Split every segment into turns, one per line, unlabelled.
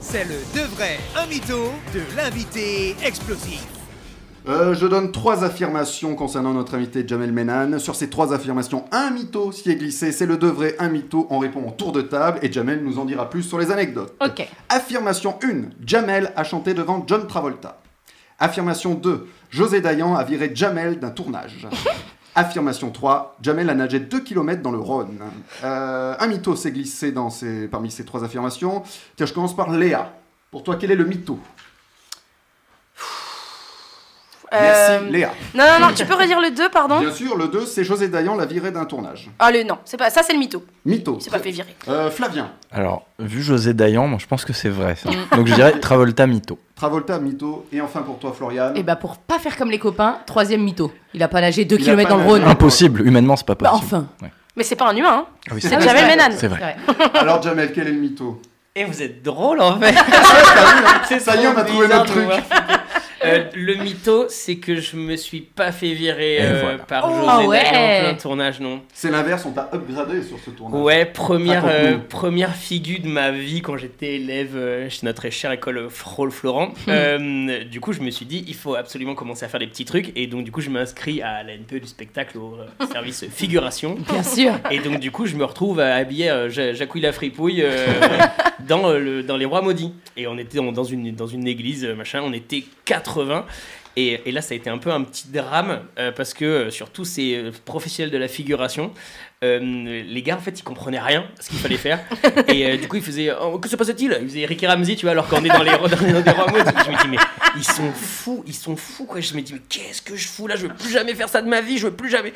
C'est le de vrai un mytho de l'invité explosif.
Euh, je donne trois affirmations concernant notre invité Jamel Menan. Sur ces trois affirmations, un mytho s'y est glissé, c'est le de vrai, un mytho. On répond en tour de table et Jamel nous en dira plus sur les anecdotes.
Ok.
Affirmation 1. Jamel a chanté devant John Travolta. Affirmation 2. José Dayan a viré Jamel d'un tournage. Affirmation 3. Jamel a nagé 2 km dans le Rhône. Euh, un mytho s'est glissé dans ces- parmi ces trois affirmations. Tiens, je commence par Léa. Pour toi, quel est le mytho Merci,
Euh,
Léa.
Non, non, non, tu peux redire le 2, pardon
Bien sûr, le 2, c'est José Dayan la virée d'un tournage.
Allez, non, c'est pas... ça c'est le mytho.
Mytho.
C'est pas fait virer.
Euh, Flavien,
Alors, vu José Dayan, moi, je pense que c'est vrai. ça. Donc, je dirais Travolta Mito.
Travolta, Mytho. Et enfin pour toi, Florian.
Eh
Et bah pour pas faire comme les copains, troisième mytho. Il a pas nagé 2
Il a
km
pas
dans le
nagé.
Rhône.
Impossible, humainement, c'est pas
Bah
possible.
enfin.
Mais c'est pas un humain, hein.
Ah oui,
c'est
Ah oui,
Jamel
c'est vrai.
Ménane.
C'est
C'est
vrai.
vrai.
ben.
Alors, Jamel, quel est le mytho hein?
Et vous êtes drôle en fait. C'est
Ça y est,
trop
on a trouvé
bizarre
notre
de
truc.
voir. Euh, le mytho, c'est que je me suis pas fait virer
Et
euh,
voilà.
par
Oh,
José
ouais.
Dayan en plein tournage, non.
C'est l'inverse, on t'a upgradé sur ce tournage.
Ouais, première,
Raconte-nous.
euh, première figure de ma vie quand j'étais élève euh, chez notre chère école euh, Frôle Florent. Euh, du coup, je me suis dit, il faut absolument commencer à faire des petits trucs. Et donc, du coup, je m'inscris à la NPE du spectacle au euh, service figuration.
Bien sûr.
Et donc, du coup, je me retrouve à habiller euh, Ja- Jacouille la fripouille euh, dans, euh, le, dans Les Rois Maudits. Et on était en- dans une, dans une église, euh, machin, on était 80. Et, et là, ça a été un peu un petit drame euh, parce que euh, sur tous ces euh, professionnels de la figuration, euh, les gars, en fait, ils comprenaient rien à ce qu'il fallait faire. Et euh, du coup, ils faisaient Oh, Que se passe-t-il Ils faisaient Ricky Ramsey, tu vois, alors qu'on est dans les, dans les- dans les rois maudits. Je me dis Mais ils sont fous, ils sont fous, quoi. Je me dis Mais qu'est-ce que je fous là Je veux plus jamais faire ça de ma vie, je veux plus jamais.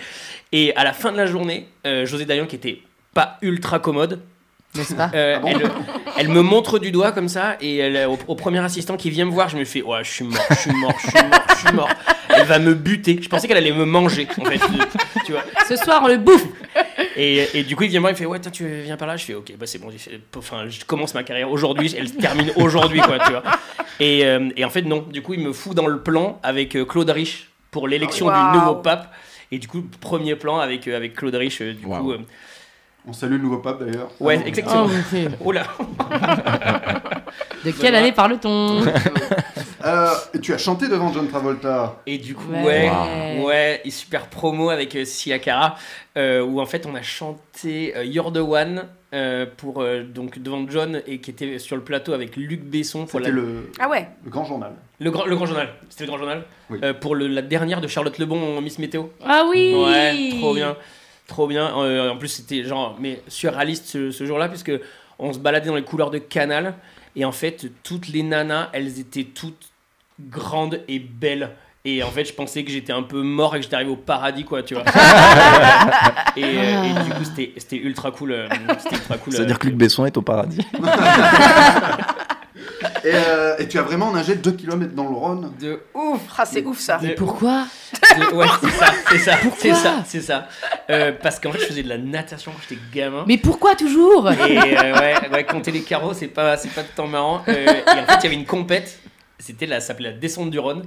Et à la fin de la journée, euh, José Dayan, qui était pas ultra commode,
N'est-ce pas
euh,
Ah bon
elle, elle me montre du doigt comme ça et elle, euh, au, au premier assistant qui vient me voir, je me fais ouais, je suis mort, je suis mort, je suis mort, je suis mort. Elle va me buter. Je pensais qu'elle allait me manger en fait, tu vois.
Ce soir, on le bouffe.
Et, et du coup, il vient me voir, il fait ouais, tiens, tu viens par là. Je fais ok, bah c'est bon. j'ai fait- Enfin, je commence ma carrière aujourd'hui, elle se termine aujourd'hui quoi, tu vois. Et, euh, et en fait non, du coup, il me fout dans le plan avec euh, Claude Rich pour l'élection
Waouh.
du nouveau pape. Et du coup, premier plan avec euh, avec Claude Rich, euh, du
Waouh.
coup. euh,
On salue le nouveau pape d'ailleurs. Ah
ouais,
Oh,
exactement.
mon Dieu.
Oh là.
de quelle année parle-t-on
Euh, et tu as chanté devant John Travolta.
Et du coup, ouais,
Ouais. Wow.
ouais, et super promo avec euh, Sia Cara, euh, où en fait on a chanté euh, You're the One euh, pour euh, donc devant John et qui était sur le plateau avec Luc Besson pour la-
C'était le,
Ah ouais
le grand journal.
le grand le grand journal. C'était le grand journal
Oui.
Euh, pour le- la dernière de Charlotte Lebon en Miss Météo.
Ah oui
Ouais, trop bien, trop bien. Euh, en plus c'était genre mais surréaliste ce, ce jour-là puisque on se baladait dans les couleurs de Canal et en fait toutes les nanas elles étaient toutes grandes et belles. Et en fait, je pensais que j'étais un peu mort et que j'étais arrivé au paradis, quoi, tu vois. et, euh, et du coup, c'était c'était ultra cool. euh, C'était ultra cool. euh,
C'est-à-dire que Luc Besson est au paradis.
Et, euh, et tu as vraiment nagé 2 km dans le Rhône.
de,
Ouf, ah, c'est ouf ça.
de-
Pourquoi
de- ouais, c'est ça, c'est ça, c'est
Pourquoi
ça, c'est ça. Euh, parce qu'en fait, je faisais de la natation quand j'étais gamin.
Mais pourquoi
Bah,
toujours
Et euh, ouais, ouais, compter les carreaux, c'est pas, c'est pas tout le temps marrant. Euh, et en fait, il y avait une compète. C'était la, ça s'appelait la descente du Rhône.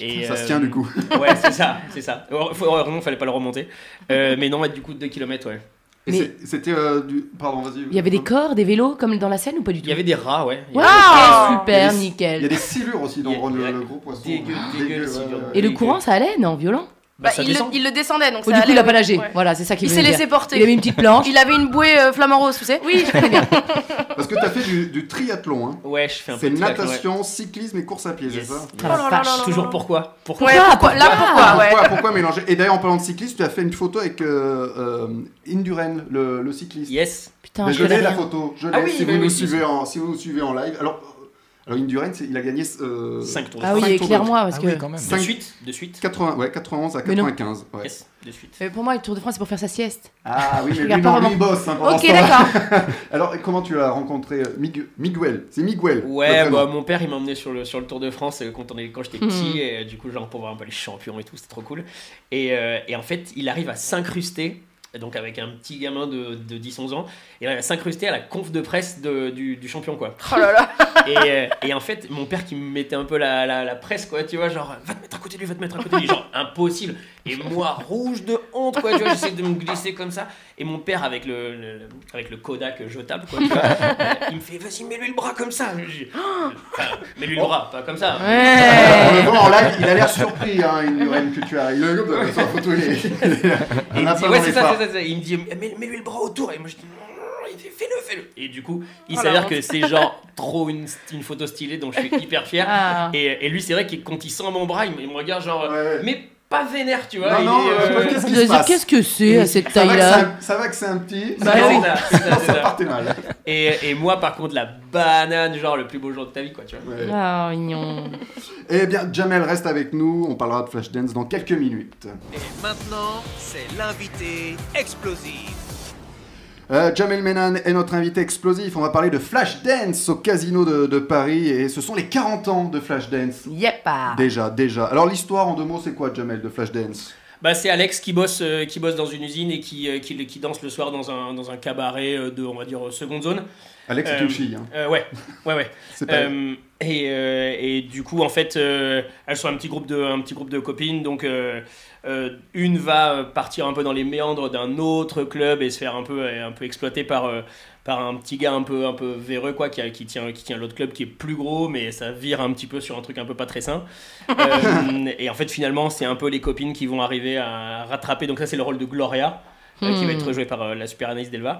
Et,
Ça se
euh,
tient du coup.
Ouais, c'est ça, c'est ça. Heure- faut- Heureusement, fallait pas le remonter. Euh, mais non, ouais, du coup, 2 km, ouais.
Et
Mais-
c'est- C'était euh, du. Pardon, vas-y.
Il y avait des corps, des vélos, comme dans la scène ou pas du tout
Il y avait des rats, ouais. Il y
Ouais,
avait-
Ah Waouh
Il y a
super,
des- Il y a
nickel.
des silures aussi dans
Il
le
y a-
Rhône,
il y a-
le, le gros poisson.
Dégueu, dégueu, le silure.
Et le
des-
courant, ça allait, non, violent
Bah,
Bah,
ça
il, le,
descend.
il le descendait donc
Oh,
ça
Du coup, il
allait,
a pas
ouais.
nagé.
Ouais.
Voilà, c'est ça qu'il
Il
voulait
s'est
dire.
laissé porter.
Il avait une petite planche.
Il avait une bouée euh, flamant rose, tu sais
Oui, je connais bien.
Parce que t'as fait du, du triathlon. Hein.
Ouais, je fais un peu
C'est
de triathlon,
natation, cyclisme et course à pied,
ouais. Yes.
c'est ça
Ah, la
Oh là là
vache.
là là
Toujours
là.
pourquoi Pourquoi
Ouais, pourquoi
Ah.
Là pourquoi, ouais.
Pourquoi, pourquoi mélanger Et d'ailleurs, en parlant de cyclisme, tu as fait une photo avec euh, euh, Induren, le, le cycliste.
Yes.
Putain,
Oh
Mais
je
je l'ai
connais
la
rien.
photo, je l'ai.
Ah oui,
si,
mais
vous nous
oui,
suivez en, si vous nous suivez en live. Alors, euh, alors Indurain, c'est- il a gagné. Euh,
5 tours de
Ah oui,
Cinq tours
éclaire-moi, parce que...
quand même.
De
Cinq-
suite, de suite.
80, ouais, 91 à
Mais non.
95. ouais.
Yes, de suite.
Mais pour moi, le Tour de France, c'est pour faire sa sieste.
Ah oui, mais lui,
regarde
non,
pas
lui,
vraiment.
il bosse. hein, pendant
Ok
ce temps-là.
d'accord.
Alors, et comment tu as rencontré euh, Migu- Miguel C'est Miguel.
Ouais,
le
bah,
prénom.
mon père il m'a emmené sur le, sur le Tour de France euh, quand, on est- quand j'étais petit, et, euh, du coup, genre pour voir un peu les champions et tout, c'était trop cool. Et, euh, et en fait, il arrive à s'incruster, donc avec un petit gamin de, de 10-11 ans, il arrive à s'incruster à la conf de presse de- du, du champion, quoi.
Oh là là.
Et, euh, et en fait, mon père qui me mettait un peu la, la, la presse, quoi, tu vois, genre, va te mettre à côté de lui, va te mettre à côté de lui. Genre, impossible. Et moi, rouge de honte, quoi. Tu vois, j'essaie de me glisser comme ça. Et mon père, avec le, le- le- avec le Kodak jetable, quoi, tu vois, euh, il me fait, vas-y, mets-lui le bras comme ça. Je dis, Enfin, mets-lui le bras, pas comme ça.
On le
Ouais.
voit en live, il a l'air surpris, hein, une reine que tu as. Il le gobe, sa photo, il est.
Et il
en a
me dit,
pas
ouais,
dans
c'est
les
ça,
phares.
c'est ça, c'est ça. Il me dit, mets- mets-lui le bras autour. Et moi, je dis, non, non, non, il fait, fais-le, fais-le. Et du coup, il
Oh, la
s'avère
honte.
que c'est genre trop une, une photo stylée dont je suis hyper fier.
Ah.
Et, et lui, c'est vrai que quand il sent mon bras, il me, il me regarde genre,
Ouais, ouais.
mais pas vénère, tu
Non,
vois. il
non,
est, euh,
euh, qu'est-ce qui se
Vas-y,
passe
Qu'est-ce que c'est à cette
ça va, que c'est
taille-là
un- ça va que c'est un petit.
c'est
Bah
non,
ça, c'est ça, c'est
ça
ça.
partait mal.
Et, et moi, par contre, la banane, genre le plus beau jour de ta vie, quoi, tu vois.
Ouais.
Ah, mignon.
Eh bien, Jamel reste avec nous. On parlera de Flashdance dans quelques minutes.
Et maintenant, c'est l'invité explosif.
Euh, Jamel Menan est notre invité explosif. On va parler de Flashdance au casino de, de Paris. Et ce sont les 40 ans de Flashdance.
Yep.
Ah.
Déjà, déjà. Alors, l'histoire en deux mots, c'est quoi, Jamel, de Flashdance
Bah, c'est Alex qui bosse, euh, qui bosse dans une usine et qui, euh, qui, qui danse le soir dans un, dans un cabaret euh, de, on va dire, euh, seconde zone.
Alex est
Euh,
une fille. hein.
Euh, ouais, ouais, ouais.
C'est pas...
Euh, et, euh, et du coup, en fait, euh, elles sont un petit groupe de, un petit groupe de copines. Donc, euh, euh, une va euh, partir un peu dans les méandres d'un autre club et se faire un peu, euh, un peu exploiter par, euh, par un petit gars un peu, un peu véreux, quoi, qui, a- qui tient, qui tient l'autre club qui est plus gros, mais ça vire un petit peu sur un truc un peu pas très sain. Euh, et en fait, finalement, c'est un peu les copines qui vont arriver à rattraper. Donc, ça, c'est le rôle de Gloria. euh, qui va
Hmm.
être joué par euh, la super analyse d'Elva.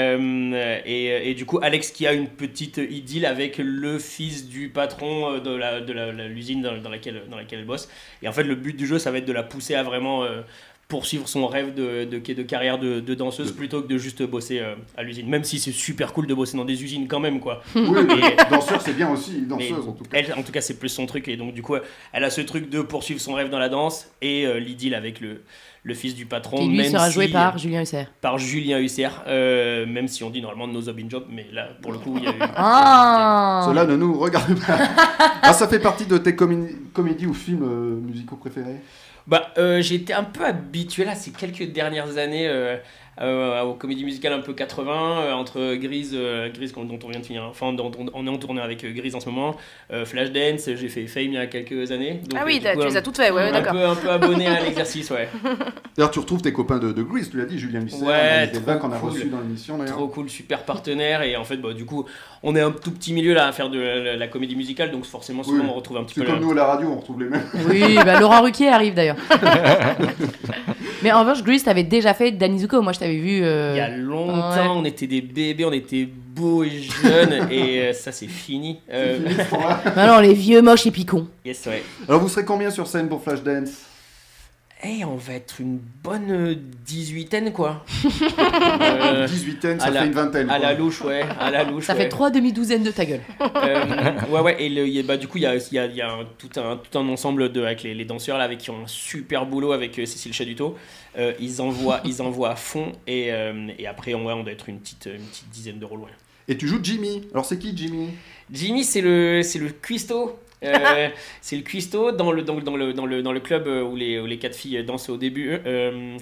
Euh, et, et du coup, Alex qui a une petite idylle avec le fils du patron euh, de la- de la- la- l'usine dans, dans laquelle, dans laquelle elle bosse. Et en fait, le but du jeu, ça va être de la pousser à vraiment euh, poursuivre son rêve de, de, de carrière de, de danseuse plutôt que de juste bosser euh, à l'usine. Même si c'est super cool de bosser dans des usines quand même, quoi.
Oui,
mais-
danseur, c'est bien aussi.
Mais
Danseuse, en tout cas.
elle, en tout cas, c'est plus son truc. Et donc, du coup, elle a ce truc de poursuivre son rêve dans la danse et euh, l'idylle avec le, le fils du patron.
Qui lui
même
sera
si-
joué
euh.
par Julien Husser.
par Julien Husser, euh, même si on dit normalement No Job in Job, mais là, pour le coup, il y a eu.
Ah
Cela ne nous regarde pas. ah, ça fait partie de tes comi- comédies ou films euh, musicaux préférés
Bah, euh, j'étais un peu habitué là ces quelques dernières années euh, euh, aux comédies musicales un peu 80, euh, entre Grise, euh, Grise qu'on- dont on vient de finir, enfin, dont on, on est en tournée avec euh, Grise en ce moment, euh, Flashdance, j'ai fait Fame il y a quelques années. donc,
Ah
euh,
oui,
du
t'as-
coup,
tu
un-
les as toutes faites, ouais, ouais,
un
d'accord.
peu, un peu abonné à l'exercice, ouais.
D'ailleurs, tu retrouves tes copains de, de Grease, tu l'as dit, Julien Lucet,
Ouais,
Anaïs
trop
Delvin, qu'on a
cool.
reçu dans l'émission d'ailleurs.
Trop cool, super partenaire. Et en fait, bah, du coup, on est un tout petit milieu là à faire de la, la- la comédie musicale, donc forcément, souvent,
Oui.
on retrouve un petit
C'est
peu
comme
la-
nous à la radio, on retrouve les mêmes.
Oui, bah, Laurent Ruquier arrive d'ailleurs. Mais en revanche, Grease t'avais déjà fait Danizuko. Moi, je t'avais vu. euh,
Il y a longtemps, on était des bébés, on était beaux et jeunes, et euh, ça c'est fini. Euh,
Ah non, les vieux moches et picons.
yes, ouais.
Alors, vous serez combien sur scène pour Flashdance
Eh, on va être une bonne euh, dix-huitaine quoi. Euh,
18 Ah, ça
à
fait
la-
une vingtaine.
à
quoi.
la louche, ouais, à la louche.
Ça
ouais.
fait trois demi-douzaines de ta gueule.
Euh, ouais, ouais, et le- il y a- bah, du coup, il y a, il y a- il y a un- tout, un, tout un ensemble de, avec les, les danseurs là, avec qui ont un super boulot avec euh, Cécile Chaduto. Euh, ils, envoient, ils envoient à fond, et, euh, et après, on, ouais, on doit être une petite, une petite dizaine de rôles. ouais.
Et tu joues Jimmy. Alors, c'est qui Jimmy
Jimmy, c'est le, c'est le cuistot. Euh, c'est le cuistot dans le, dans, le- dans, le, dans, le, dans le club euh, où les, où les quatre filles dansent au début. Euh,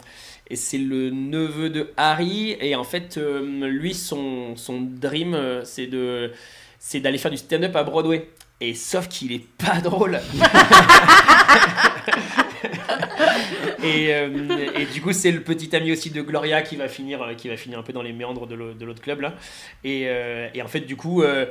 et c'est le neveu de Harry. Et en fait, euh, lui, son, son dream, euh, c'est de c'est d'aller faire du stand-up à Broadway. Et sauf qu'il est pas drôle. et, euh, et du coup, c'est le petit ami aussi de Gloria qui va finir, euh, qui va finir un peu dans les méandres de l'au- de l'autre club là. Et, euh, et en fait, du coup, euh,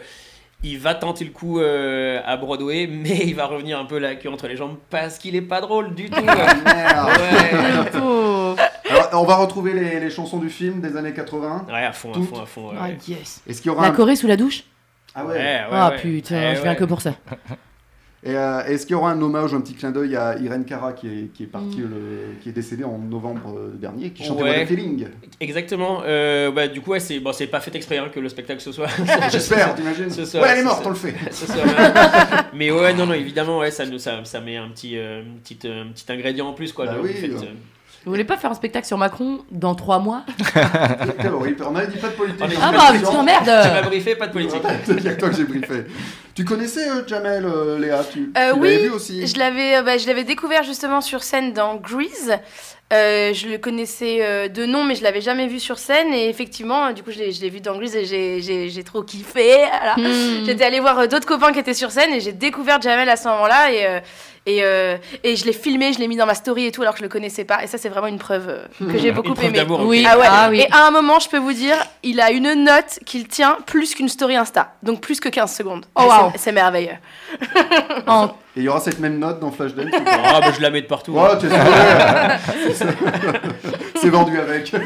il va tenter le coup euh, à Broadway, mais il va revenir un peu la queue entre les jambes parce qu'il est pas drôle du tout.
Merde.
Ouais.
Oh,
Alors, on va retrouver les, les chansons du film des années 80.
Ouais, à fond, à
Tout.
fond, à fond. ouais,
Ah,
ouais.
yes.
Est-ce qu'il y aura
La
un...
Corée sous la douche
Ah
Ouais,
ouais.
ouais,
Ah
ouais.
putain,
Ouais,
je viens
ouais.
que pour ça.
Et euh, est-ce qu'il y aura un hommage, un petit clin d'œil à Irene Cara qui est, qui est partie, le- qui est décédée en novembre euh, dernier, qui chantait
Ouais.
What a Feeling.
Exactement. Euh, bah, du coup, ouais, c'est bon, c'est pas fait exprès hein, que le spectacle ce soit.
J'espère, t'imagines
Ce soir,
Ouais, elle est
ce
morte,
soir.
on le fait.
Ce soir, ouais. mais ouais, non, non, évidemment, ouais, ça, nous- ça, ça met un petit, euh, une petite, euh, un petit ingrédient en plus, quoi.
Bah
de-
oui.
du fait, euh,
Vous voulez pas faire un spectacle sur Macron dans trois mois
Quel horrible. On n'avait dit pas de politique.
Ah,
Ah bah putain,
Tu m'as
merde
briefé, pas de politique.
Il y a que toi que j'ai briefé. Tu connaissais euh, Jamel, euh, Léa Tu, tu
Euh,
l'avais
oui,
vu aussi
je l'avais, euh, bah, je l'avais découvert justement sur scène dans Grease. Euh, je le connaissais euh, de nom, mais je l'avais jamais vu sur scène. Et effectivement, euh, du coup, je l'ai, je l'ai vu dans Grease et j'ai, j'ai- j'ai trop kiffé. Voilà.
Hmm.
J'étais allée voir euh, d'autres copains qui étaient sur scène et j'ai découvert Jamel à ce moment-là. Et, euh, Et, euh, et je l'ai filmé, je l'ai mis dans ma story et tout, alors que je le connaissais pas. Et ça, c'est vraiment une preuve euh, que j'ai beaucoup
preuve
aimé.
d'amour, ok.
Oui.
Ah ouais.
Ah oui.
Et à un moment, je peux vous dire, il a une note qu'il tient plus qu'une story Insta. Donc plus que 15 secondes.
Oh,
Et c'est-
wow.
C'est merveilleux.
En-
Et il y aura cette même note dans Flashdance ou pas
Ah, bah, je la mets de partout.
Oh, t'es sérieux C'est ça. C'est vendu avec. Oui,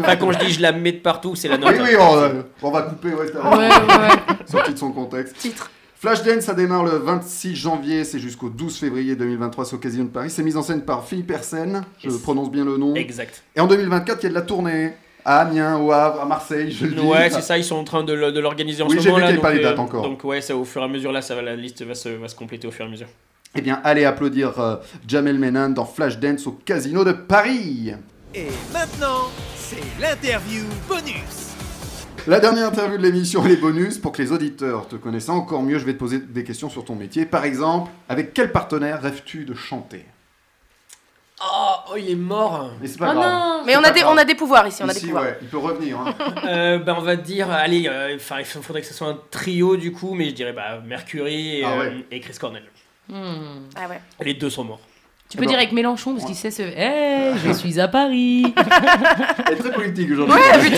Enfin, quand je dis je la mets de partout, c'est la note. hein.
oui, on, euh, on va couper, ouais, t'as
ouais, ouais, ouais.
sorti de son contexte.
Titre.
Flashdance, ça démarre le 26 janvier, c'est jusqu'au 12 février 2023, c'est au Casino de Paris. C'est mis en scène par Philippe Hersen, je
Yes.
prononce bien le nom.
Exact.
Et en 2024, il y a de la tournée à Amiens, au Havre, à Marseille, je le dis.
Ouais, c'est ça, ils sont en train de, le- de l'organiser en
Oui,
ce
j'ai vu
moment là.
qu'il y avait pas les dates
euh,
encore.
donc ouais, ça, au fur et à mesure là, ça va, la liste va se, va se compléter au fur et à mesure.
Eh bien, allez applaudir euh, Jamel Menan dans Flashdance au Casino de Paris.
Et maintenant, c'est l'interview bonus.
La dernière interview de l'émission et les bonus, pour que les auditeurs te connaissent encore mieux, je vais te poser des questions sur ton métier. Par exemple, avec quel partenaire rêves-tu de chanter
Oh, oh, il est mort.
Mais c'est
Oh
pas grave.
non
Mais
C'est
on
pas
a, des,
grave.
on a des pouvoirs ici. On a
Ici,
des pouvoirs.
ouais, il peut revenir. hein.
Euh, bah, on va dire, allez, euh, enfin, il faudrait que ce soit un trio du coup, mais je dirais bah, Mercury et,
Ah ouais.
euh, et Chris Cornell.
Hmm.
Ah ouais.
Les deux sont morts.
Tu
Eh
peux
ben-
dire avec Mélenchon, parce qu'il sait ce.
Ah.
Hey, je suis à Paris
Elle est très politique aujourd'hui.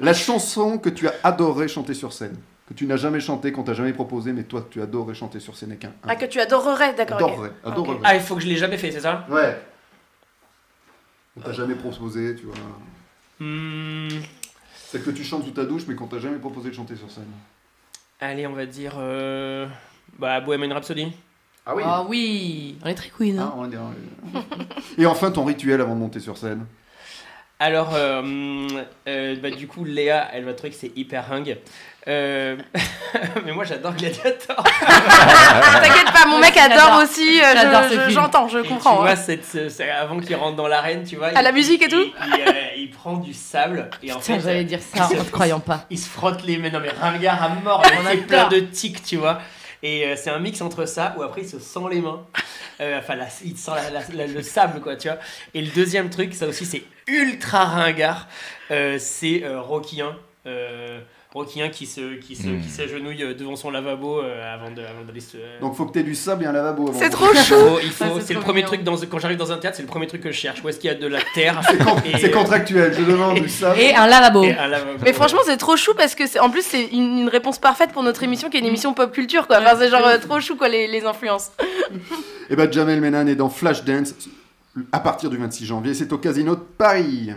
La chanson que tu as adoré chanter sur scène, que tu n'as jamais chanté, qu'on t'a jamais proposé, mais toi que tu adorais chanter sur scène et qu'un.
Ah, que tu adorerais, d'accord. ok.
Adorerais, adorerais.
Ah, il faut que je l'ai jamais fait, c'est ça
Ouais. On t'a jamais proposé, tu vois.
Hmm,
Celle que tu chantes sous ta douche, mais qu'on t'a jamais proposé de chanter sur scène.
Allez, on va dire, euh, bah, Bohemian Rhapsody.
Ah
Ah oui On est très queen, hein
Ah, on va dire, oui. Et enfin, ton rituel avant de monter sur scène.
Alors, euh, hum, euh, bah, du coup, Léa, elle va trouver que c'est hyper hung. Euh, mais moi, j'adore Gladiator.
Ah, T'inquiète pas, mon
Oui,
mec
j'adore.
adore aussi. euh, je-
J'adore ce
je-
film.
J'entends, je,
Et
comprends.
Tu
hein.
vois, cette- ce- c'est avant qu'il rentre dans l'arène, tu vois.
À la musique et tout
Il, il, euh, il prend du sable et en
Putain,
fait,
j'allais
euh,
dire ça en te croyant pas.
il se frotte les mains. Non, mais ringard à mort, il fait plein de tics, tu vois. Et euh, c'est un mix entre ça où après il se sent les mains. Euh, enfin, la- il sent la- la- la- le sable, quoi, tu vois. Et le deuxième truc, ça aussi, c'est ultra ringard. Euh, c'est euh, Rocky 1. Euh, Rocky 1 qui se- qui se-
Mm.
qui s'agenouille euh, devant son lavabo euh, avant de- avant d'aller se.
Donc, faut que t'aies du sable et un lavabo avant.
C'est
de-
trop
Il
chou.
faut- il
Ça,
faut-
c'est
c'est le
trop
premier
mignon.
truc dans, quand j'arrive dans un théâtre, c'est le premier truc que je cherche. Où est-ce qu'il y a de la terre
C'est con-
Et- euh,
c'est contractuel, je demande du sable.
Et un lavabo
et un lavabo.
Mais franchement, c'est trop chou parce que, c'est- en plus, c'est une, une réponse parfaite pour notre émission qui est une émission pop culture, quoi. Enfin, c'est genre euh, trop chou, quoi, les, les influences.
Et bah Jamel Menan est dans Flashdance à partir du 26 janvier, c'est au Casino de Paris.